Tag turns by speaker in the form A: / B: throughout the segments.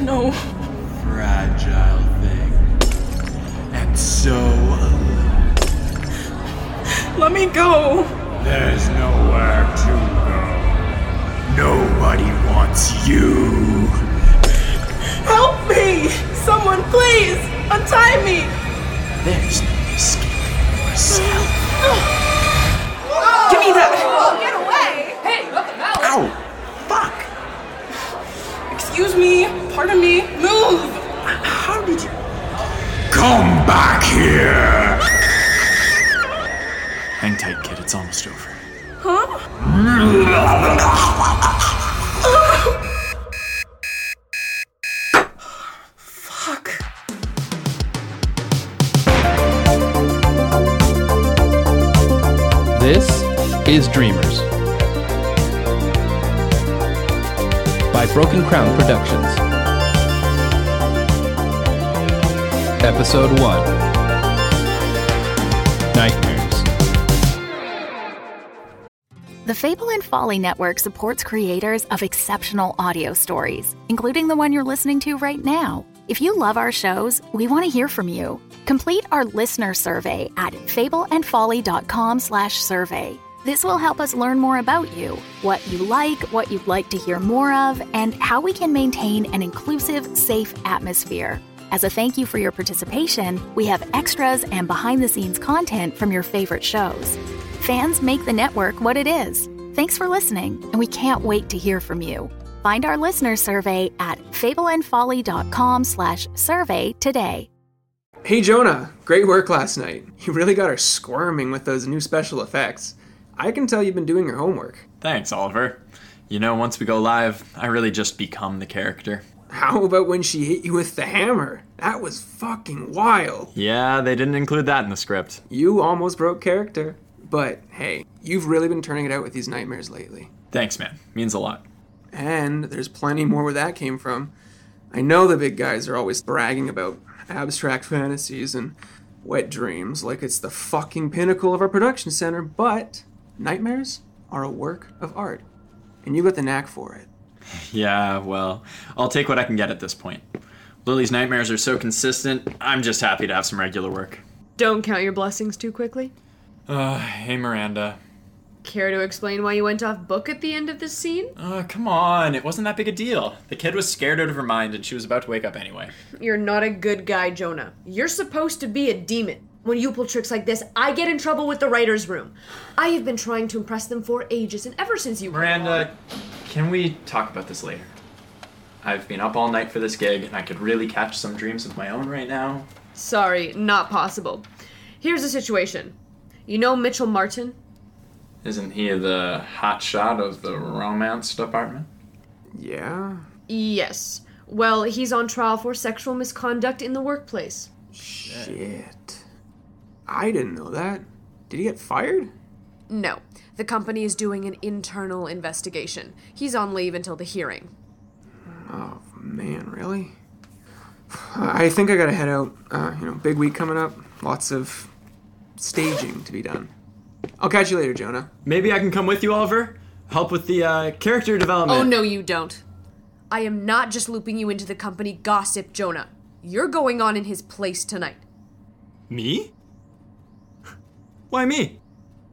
A: No.
B: fragile thing. And so alone.
A: Let me go.
B: There's nowhere to go. Nobody wants you.
A: Help me. Someone, please. Untie me.
B: There's no escaping yourself.
A: Give me that.
C: Get away! Hey, what the hell?
B: Ow! Fuck!
A: Oh, Excuse me. Pardon me. Move.
B: How did you. Come back here! Hang tight, kid. It's almost over.
A: Huh? Fuck.
D: This is Dreamers by Broken Crown Productions. Episode 1 Nightmares.
E: The Fable and Folly Network supports creators of exceptional audio stories, including the one you're listening to right now. If you love our shows, we want to hear from you. Complete our listener survey at fableandfolly.com/survey. This will help us learn more about you, what you like, what you'd like to hear more of, and how we can maintain an inclusive, safe atmosphere. As a thank you for your participation, we have extras and behind the scenes content from your favorite shows. Fans make the network what it is. Thanks for listening, and we can't wait to hear from you. Find our listener survey at fableandfolly.com/survey today.
F: Hey Jonah, great work last night. You really got her squirming with those new special effects. I can tell you've been doing your homework.
G: Thanks, Oliver. You know, once we go live, I really just become the character.
F: How about when she hit you with the hammer? That was fucking wild.
G: Yeah, they didn't include that in the script.
F: You almost broke character. But hey, you've really been turning it out with these nightmares lately.
G: Thanks, man. Means a lot.
F: And there's plenty more where that came from. I know the big guys are always bragging about abstract fantasies and wet dreams like it's the fucking pinnacle of our production center, but nightmares are a work of art. And you got the knack for it.
G: Yeah, well, I'll take what I can get at this point. Lily's nightmares are so consistent, I'm just happy to have some regular work.
C: Don't count your blessings too quickly.
G: Uh, hey, Miranda.
C: Care to explain why you went off book at the end of this scene?
G: Uh, come on, it wasn't that big a deal. The kid was scared out of her mind and she was about to wake up anyway.
C: You're not a good guy, Jonah. You're supposed to be a demon. When you pull tricks like this, I get in trouble with the writer's room. I have been trying to impress them for ages, and ever since you were
G: Miranda, can we talk about this later? I've been up all night for this gig and I could really catch some dreams of my own right now.
C: Sorry, not possible. Here's the situation. You know Mitchell Martin?
G: Isn't he the hotshot of the romance department?
F: Yeah?
C: Yes. Well, he's on trial for sexual misconduct in the workplace.
F: Shit. I didn't know that. Did he get fired?
C: No. The company is doing an internal investigation. He's on leave until the hearing.
F: Man, really? I think I gotta head out. Uh, you know, big week coming up. Lots of staging to be done. I'll catch you later, Jonah.
G: Maybe I can come with you, Oliver. Help with the uh, character development.
C: Oh, no, you don't. I am not just looping you into the company gossip, Jonah. You're going on in his place tonight.
G: Me? Why me?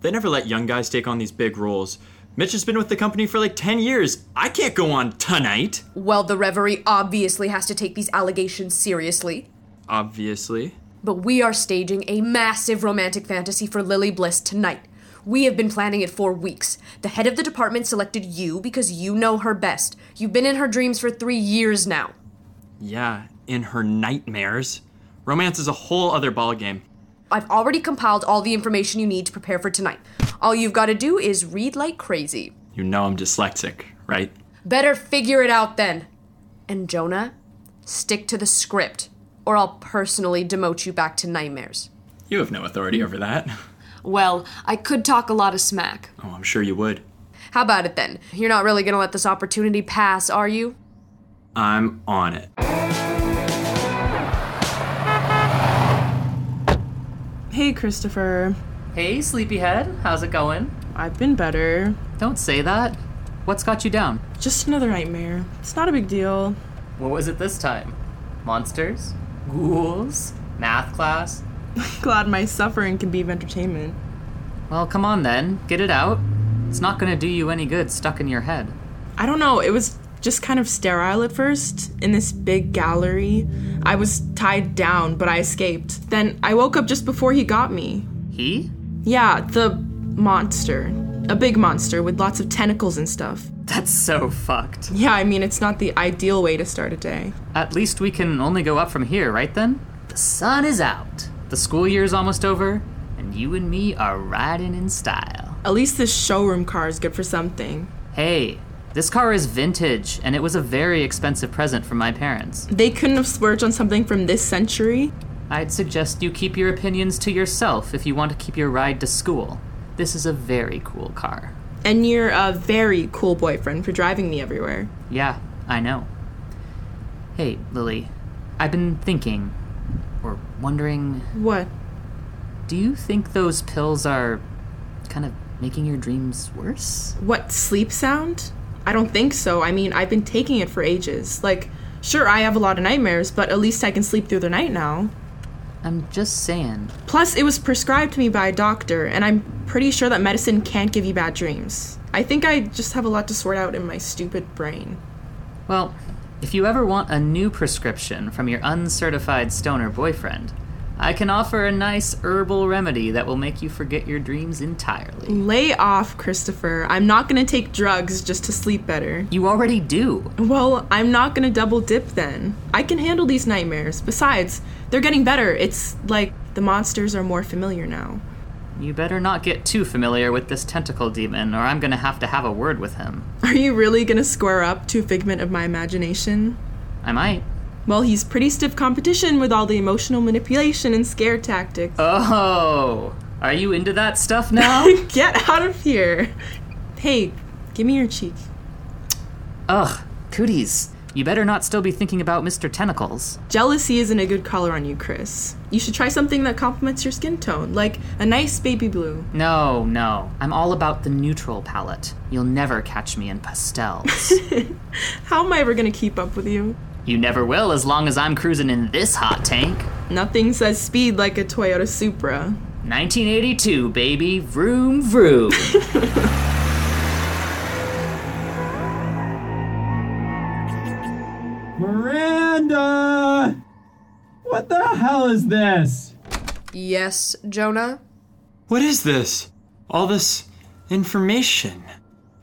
G: They never let young guys take on these big roles. Mitch has been with the company for like 10 years. I can't go on tonight.
C: Well, the Reverie obviously has to take these allegations seriously,
G: Obviously.
C: but we are staging a massive romantic fantasy for Lily Bliss tonight. We have been planning it for weeks. The head of the department selected you because you know her best. You've been in her dreams for three years now.
G: Yeah, in her nightmares. Romance is a whole other ballgame.
C: I've already compiled all the information you need to prepare for tonight. All you've got to do is read like crazy.
G: You know I'm dyslexic, right?
C: Better figure it out then. And Jonah, stick to the script, or I'll personally demote you back to nightmares.
G: You have no authority over that.
C: Well, I could talk a lot of smack.
G: Oh, I'm sure you would.
C: How about it then? You're not really gonna let this opportunity pass, are you?
G: I'm on it.
A: Hey, Christopher.
H: Hey, sleepyhead, how's it going?
A: I've been better.
H: Don't say that. What's got you down?
A: Just another nightmare. It's not a big deal.
H: What was it this time? Monsters? Ghouls? Math class?
A: Glad my suffering can be of entertainment.
H: Well, come on then. Get it out. It's not gonna do you any good stuck in your head.
A: I don't know, it was just kind of sterile at first in this big gallery. I was tied down, but I escaped. Then I woke up just before he got me.
H: He?
A: Yeah, the monster. A big monster with lots of tentacles and stuff.
H: That's so fucked.
A: Yeah, I mean, it's not the ideal way to start a day.
H: At least we can only go up from here, right then? The sun is out. The school year's almost over, and you and me are riding in style.
A: At least this showroom car is good for something.
H: Hey, this car is vintage, and it was a very expensive present from my parents.
A: They couldn't have splurged on something from this century.
H: I'd suggest you keep your opinions to yourself if you want to keep your ride to school. This is a very cool car.
A: And you're a very cool boyfriend for driving me everywhere.
H: Yeah, I know. Hey, Lily, I've been thinking, or wondering,
A: What?
H: do you think those pills are kind of making your dreams worse?
A: What, sleep sound? I don't think so. I mean, I've been taking it for ages. Like, sure, I have a lot of nightmares, but at least I can sleep through the night now.
H: I'm just saying.
A: Plus, it was prescribed to me by a doctor, and I'm pretty sure that medicine can't give you bad dreams. I think I just have a lot to sort out in my stupid brain.
H: Well, if you ever want a new prescription from your uncertified stoner boyfriend, I can offer a nice herbal remedy that will make you forget your dreams entirely.
A: Lay off, Christopher. I'm not gonna take drugs just to sleep better.
H: You already do.
A: Well, I'm not gonna double dip then. I can handle these nightmares. Besides, they're getting better. It's like the monsters are more familiar now.
H: You better not get too familiar with this tentacle demon, or I'm gonna have to have a word with him.
A: Are you really gonna square up to a figment of my imagination?
H: I might.
A: Well, he's pretty stiff competition with all the emotional manipulation and scare tactics.
H: Oh, are you into that stuff now?
A: Get out of here! Hey, give me your cheek.
H: Ugh, cooties. You better not still be thinking about Mr. Tentacles.
A: Jealousy isn't a good color on you, Chris. You should try something that complements your skin tone, like a nice baby blue.
H: No, no. I'm all about the neutral palette. You'll never catch me in pastels.
A: How am I ever gonna keep up with you?
H: you never will as long as I'm cruising in this hot tank.
A: Nothing says speed like a Toyota Supra.
H: 1982, baby. Vroom, vroom.
I: Miranda! What the hell is this?
C: Yes, Jonah?
G: What is this? All this information.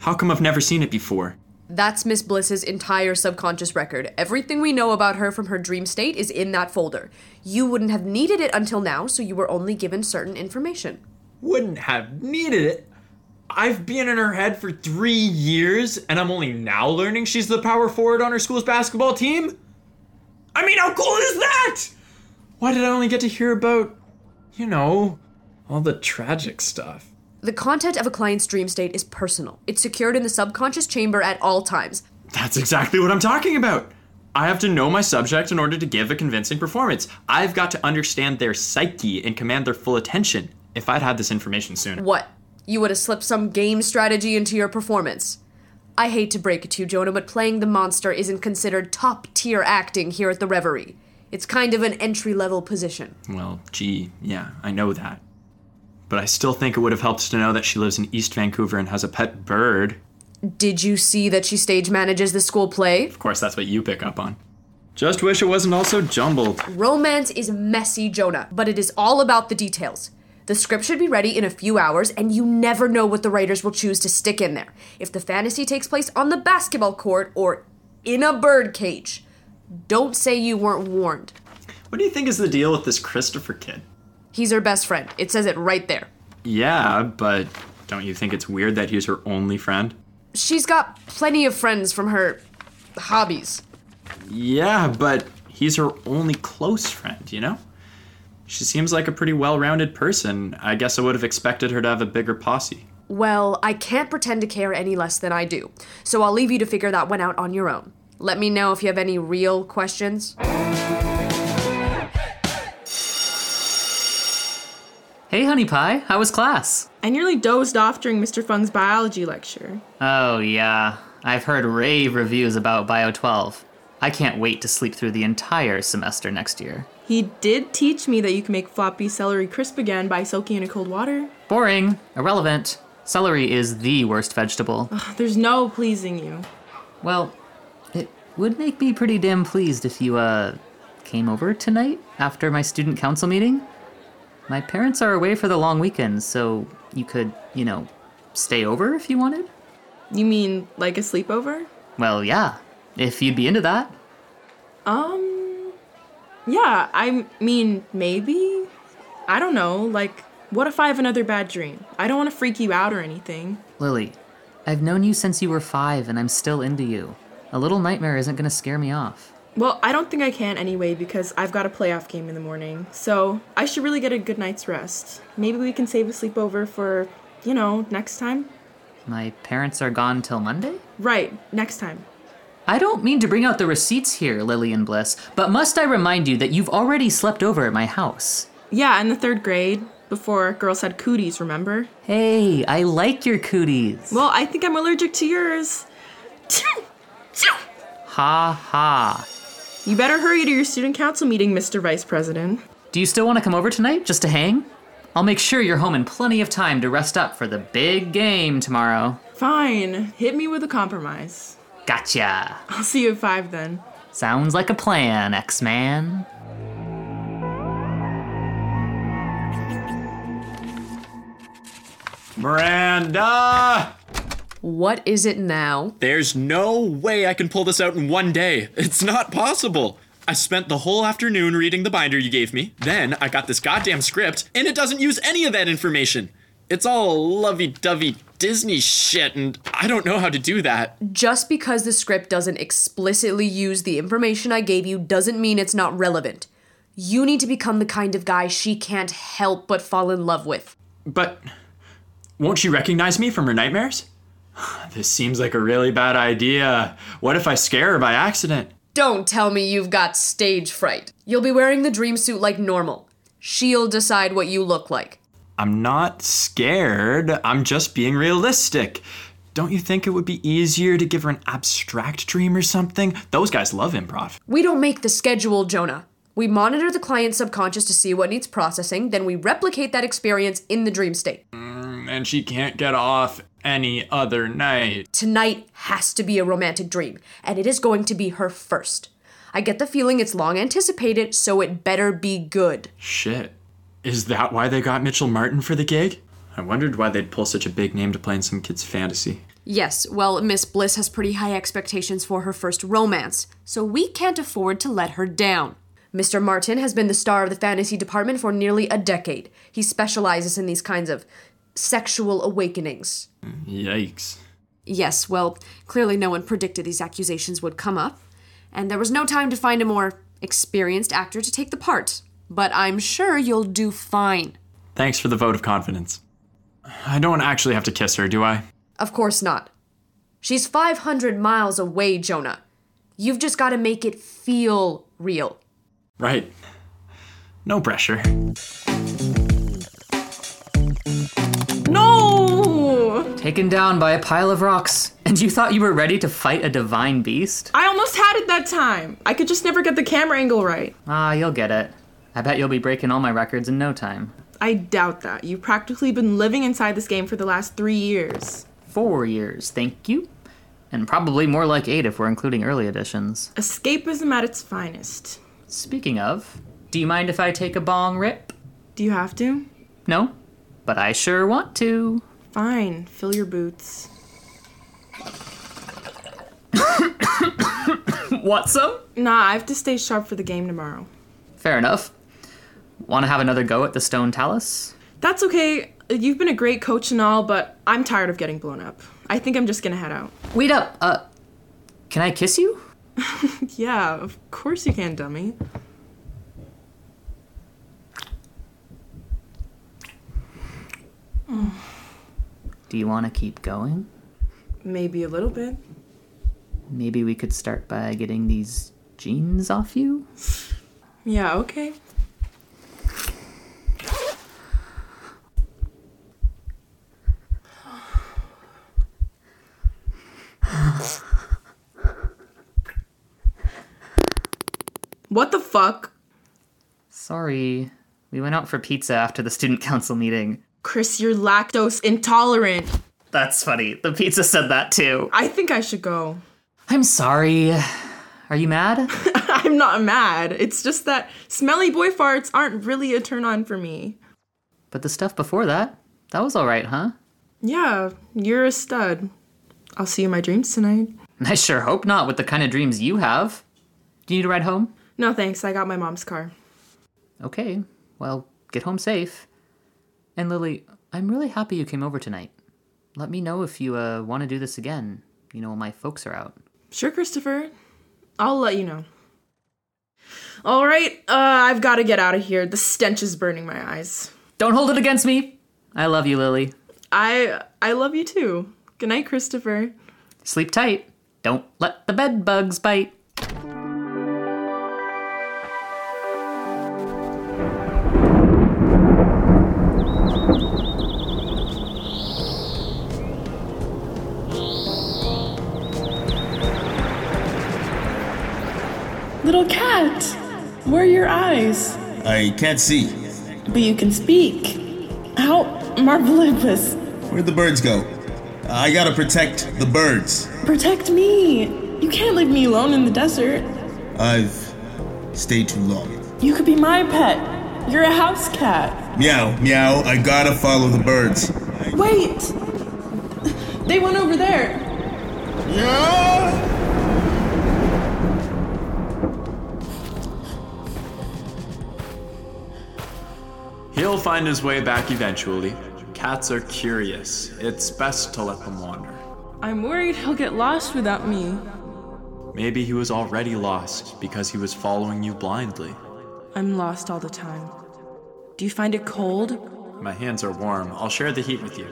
G: How come I've never seen it before?
C: That's Miss Bliss's entire subconscious record. Everything we know about her from her dream state is in that folder. You wouldn't have needed it until now, so you were only given certain information.
G: Wouldn't have needed it. I've been in her head for three years, and I'm only now learning she's the power forward on her school's basketball team? I mean, how cool is that? Why did I only get to hear about, you know, all the tragic stuff?
C: The content of a client's dream state is personal. It's secured in the subconscious chamber at all times.
G: That's exactly what I'm talking about. I have to know my subject in order to give a convincing performance. I've got to understand their psyche and command their full attention. If I'd had this information sooner.
C: What? You would have slipped some game strategy into your performance. I hate to break it to you, Jonah, but playing the monster isn't considered top tier acting here at the Reverie. It's kind of an entry level position.
G: Well, gee, yeah, I know that. But I still think it would have helped to know that she lives in East Vancouver and has a pet bird.
C: Did you see that she stage manages the school play?
G: Of course, that's what you pick up on. Just wish it wasn't all so jumbled.
C: Romance is messy, Jonah, but it is all about the details. The script should be ready in a few hours, and you never know what the writers will choose to stick in there. If the fantasy takes place on the basketball court or in a bird cage, don't say you weren't warned.
G: What do you think is the deal with this Christopher kid?
C: He's her best friend. It says it right there.
G: Yeah, but don't you think it's weird that he's her only friend?
C: She's got plenty of friends from her hobbies.
G: Yeah, but he's her only close friend, you know? She seems like a pretty well rounded person. I guess I would have expected her to have a bigger posse.
C: Well, I can't pretend to care any less than I do, so I'll leave you to figure that one out on your own. Let me know if you have any real questions.
H: hey, honey pie, how was class?
A: I nearly dozed off during Mr. Fung's biology lecture.
H: Oh, yeah. I've heard rave reviews about Bio 12. I can't wait to sleep through the entire semester next year.
A: He did teach me that you can make floppy celery crisp again by soaking it in cold water.
H: Boring, irrelevant. Celery is the worst vegetable.
A: There's no pleasing you.
H: Well, it would make me pretty damn pleased if you, uh, came over tonight after my student council meeting. My parents are away for the long weekend, so you could, you know, stay over if you wanted.
A: You mean like a sleepover?
H: Well, yeah, if you'd be into that.
A: Um, yeah, I mean, maybe? I don't know. Like, what if I have another bad dream? I don't want to freak you out or anything.
H: Lily, I've known you since you were five, and I'm still into you. A little nightmare isn't gonna scare me off.
A: Well, I don't think I can anyway because I've got a playoff game in the morning, so I should really get a good night's rest. Maybe we can save a sleepover for, you know, next time?
H: My parents are gone till Monday?
A: Right, next time.
H: I don't mean to bring out the receipts here, Lillian Bliss, but must I remind you that you've already slept over at my house?
A: Yeah, in the third grade, before girls had cooties, remember?
H: Hey, I like your cooties.
A: Well, I think I'm allergic to yours.
H: Ha ha.
A: You better hurry to your student council meeting, Mr. Vice President.
H: Do you still want to come over tonight just to hang? I'll make sure you're home in plenty of time to rest up for the big game tomorrow.
A: Fine, hit me with a compromise.
H: Gotcha.
A: I'll see you at five then.
H: Sounds like a plan, X Man.
G: Miranda!
C: What is it now?
G: There's no way I can pull this out in one day. It's not possible. I spent the whole afternoon reading the binder you gave me. Then I got this goddamn script, and it doesn't use any of that information. It's all lovey dovey Disney shit, and I don't know how to do that.
C: Just because the script doesn't explicitly use the information I gave you doesn't mean it's not relevant. You need to become the kind of guy she can't help but fall in love with.
G: But won't she recognize me from her nightmares? This seems like a really bad idea. What if I scare her by accident?
C: Don't tell me you've got stage fright. You'll be wearing the dream suit like normal. She'll decide what you look like.
G: I'm not scared. I'm just being realistic. Don't you think it would be easier to give her an abstract dream or something? Those guys love improv.
C: We don't make the schedule, Jonah. We monitor the client's subconscious to see what needs processing, then we replicate that experience in the dream state.
G: And she can't get off any other night.
C: Tonight has to be a romantic dream, and it is going to be her first. I get the feeling it's long anticipated, so it better be good.
G: Shit. Is that why they got Mitchell Martin for the gig? I wondered why they'd pull such a big name to play in some kid's fantasy.
C: Yes, well, Miss Bliss has pretty high expectations for her first romance, so we can't afford to let her down. Mr. Martin has been the star of the fantasy department for nearly a decade. He specializes in these kinds of sexual awakenings.
G: Yikes.
C: Yes, well, clearly no one predicted these accusations would come up, and there was no time to find a more experienced actor to take the part. But I'm sure you'll do fine.
G: Thanks for the vote of confidence. I don't actually have to kiss her, do I?
C: Of course not. She's 500 miles away, Jonah. You've just got to make it feel real.
G: Right. No pressure.
A: No!
H: Taken down by a pile of rocks, and you thought you were ready to fight a divine beast?
A: I almost had it that time. I could just never get the camera angle right.
H: Ah, you'll get it. I bet you'll be breaking all my records in no time.
A: I doubt that. You've practically been living inside this game for the last three years.
H: Four years, thank you. And probably more like eight if we're including early editions.
A: Escapism at its finest.
H: Speaking of, do you mind if I take a bong rip?
A: Do you have to?
H: No, but I sure want to.
A: Fine, fill your boots.
H: What some?
A: Nah, I have to stay sharp for the game tomorrow.
H: Fair enough. Want to have another go at the stone talus?
A: That's okay. You've been a great coach and all, but I'm tired of getting blown up. I think I'm just gonna head out.
H: Wait up. Uh, can I kiss you?
A: Yeah, of course you can, dummy.
H: Do you want to keep going?
A: Maybe a little bit.
H: Maybe we could start by getting these jeans off you?
A: Yeah, okay. fuck?
H: Sorry. We went out for pizza after the student council meeting.
A: Chris, you're lactose intolerant.
H: That's funny. The pizza said that too.
A: I think I should go.
H: I'm sorry. Are you mad?
A: I'm not mad. It's just that smelly boy farts aren't really a turn on for me.
H: But the stuff before that, that was alright, huh?
A: Yeah, you're a stud. I'll see you in my dreams tonight.
H: I sure hope not with the kind of dreams you have. Do you need a ride home?
A: No thanks, I got my mom's car.
H: Okay, well, get home safe. And Lily, I'm really happy you came over tonight. Let me know if you uh, want to do this again, you know, when my folks are out.
A: Sure, Christopher. I'll let you know. All right, uh, I've got to get out of here. The stench is burning my eyes.
H: Don't hold it against me! I love you, Lily.
A: I I love you too. Good night, Christopher.
H: Sleep tight. Don't let the bed bugs bite.
J: Little cat, where are your eyes?
K: I can't see.
J: But you can speak. How marvelous.
K: Where'd the birds go? I gotta protect the birds.
J: Protect me. You can't leave me alone in the desert.
K: I've stayed too long.
J: You could be my pet. You're a house cat.
K: Meow, meow, I gotta follow the birds.
J: Wait! They went over there.
K: Yeah!
G: He'll find his way back eventually. Cats are curious. It's best to let them wander.
A: I'm worried he'll get lost without me.
G: Maybe he was already lost because he was following you blindly.
A: I'm lost all the time. Do you find it cold?
G: My hands are warm. I'll share the heat with you.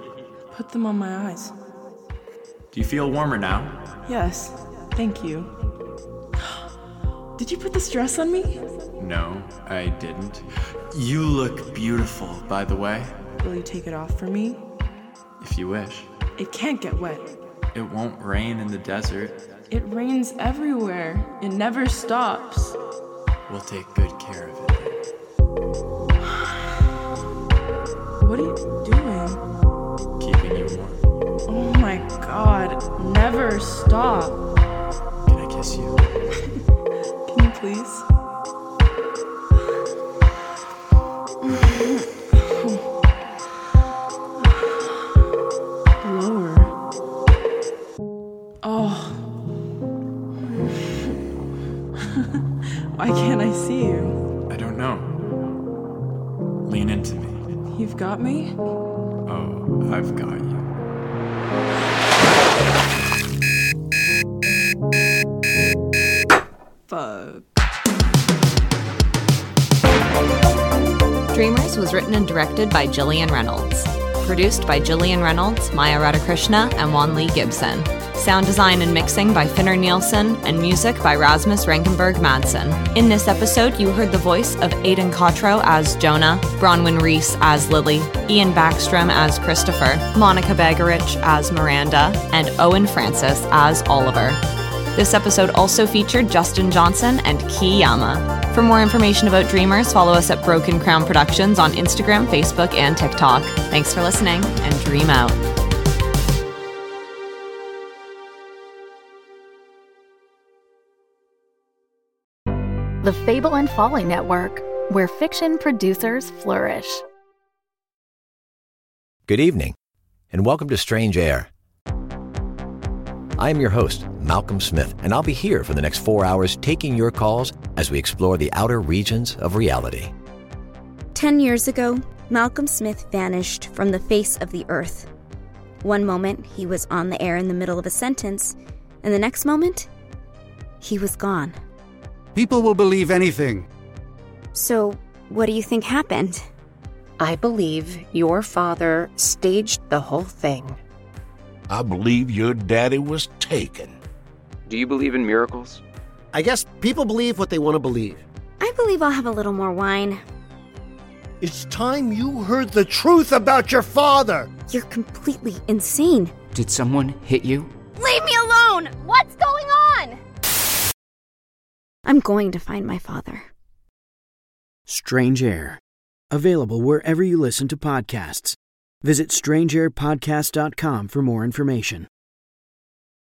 A: Put them on my eyes.
G: Do you feel warmer now?
A: Yes, thank you. Did you put this dress on me?
G: No, I didn't. You look beautiful, by the way,
A: Will you take it off for me?
G: if you wish.
A: It can't get wet.
G: It won't rain in the desert.
A: It rains everywhere. It never stops.
G: We'll take good care of it.
A: What are you doing?
G: Keeping you warm.
A: Oh my god, never stop.
G: Can I kiss you?
A: Can you please? Lower. Oh. Why can't I see you?
G: I don't know. Lean into me.
A: You've got me?
G: Oh, I've got you.
A: Fuck.
F: Dreamers was written and directed by Jillian Reynolds. Produced by Jillian Reynolds, Maya Radhakrishna, and Juan Lee Gibson. Sound design and mixing by Finner Nielsen, and music by Rasmus Rankenberg Madsen. In this episode, you heard the voice of Aidan Cotro as Jonah, Bronwyn Reese as Lily, Ian Backstrom as Christopher, Monica Bagarich as Miranda, and Owen Francis as Oliver. This episode also featured Justin Johnson and Kiyama. For more information about Dreamers, follow us at Broken Crown Productions on Instagram, Facebook, and TikTok. Thanks for listening, and dream out.
C: The Fable and Folly Network, where fiction producers flourish.
L: Good evening, and welcome to Strange Air. I am your host, Malcolm Smith, and I'll be here for the next four hours taking your calls as we explore the outer regions of reality.
E: Ten years ago, Malcolm Smith vanished from the face of the earth. One moment, he was on the air in the middle of a sentence, and the next moment, he was gone.
D: People will believe anything.
E: So, what do you think happened?
F: I believe your father staged the whole thing.
D: I believe your daddy was taken.
K: Do you believe in miracles?
L: I guess people believe what they want to believe.
E: I believe I'll have a little more wine.
D: It's time you heard the truth about your father.
E: You're completely insane.
F: Did someone hit you?
E: Leave me alone! What's going on? I'm going to find my father.
G: Strange Air. Available wherever you listen to podcasts. Visit strangeairpodcast.com for more information.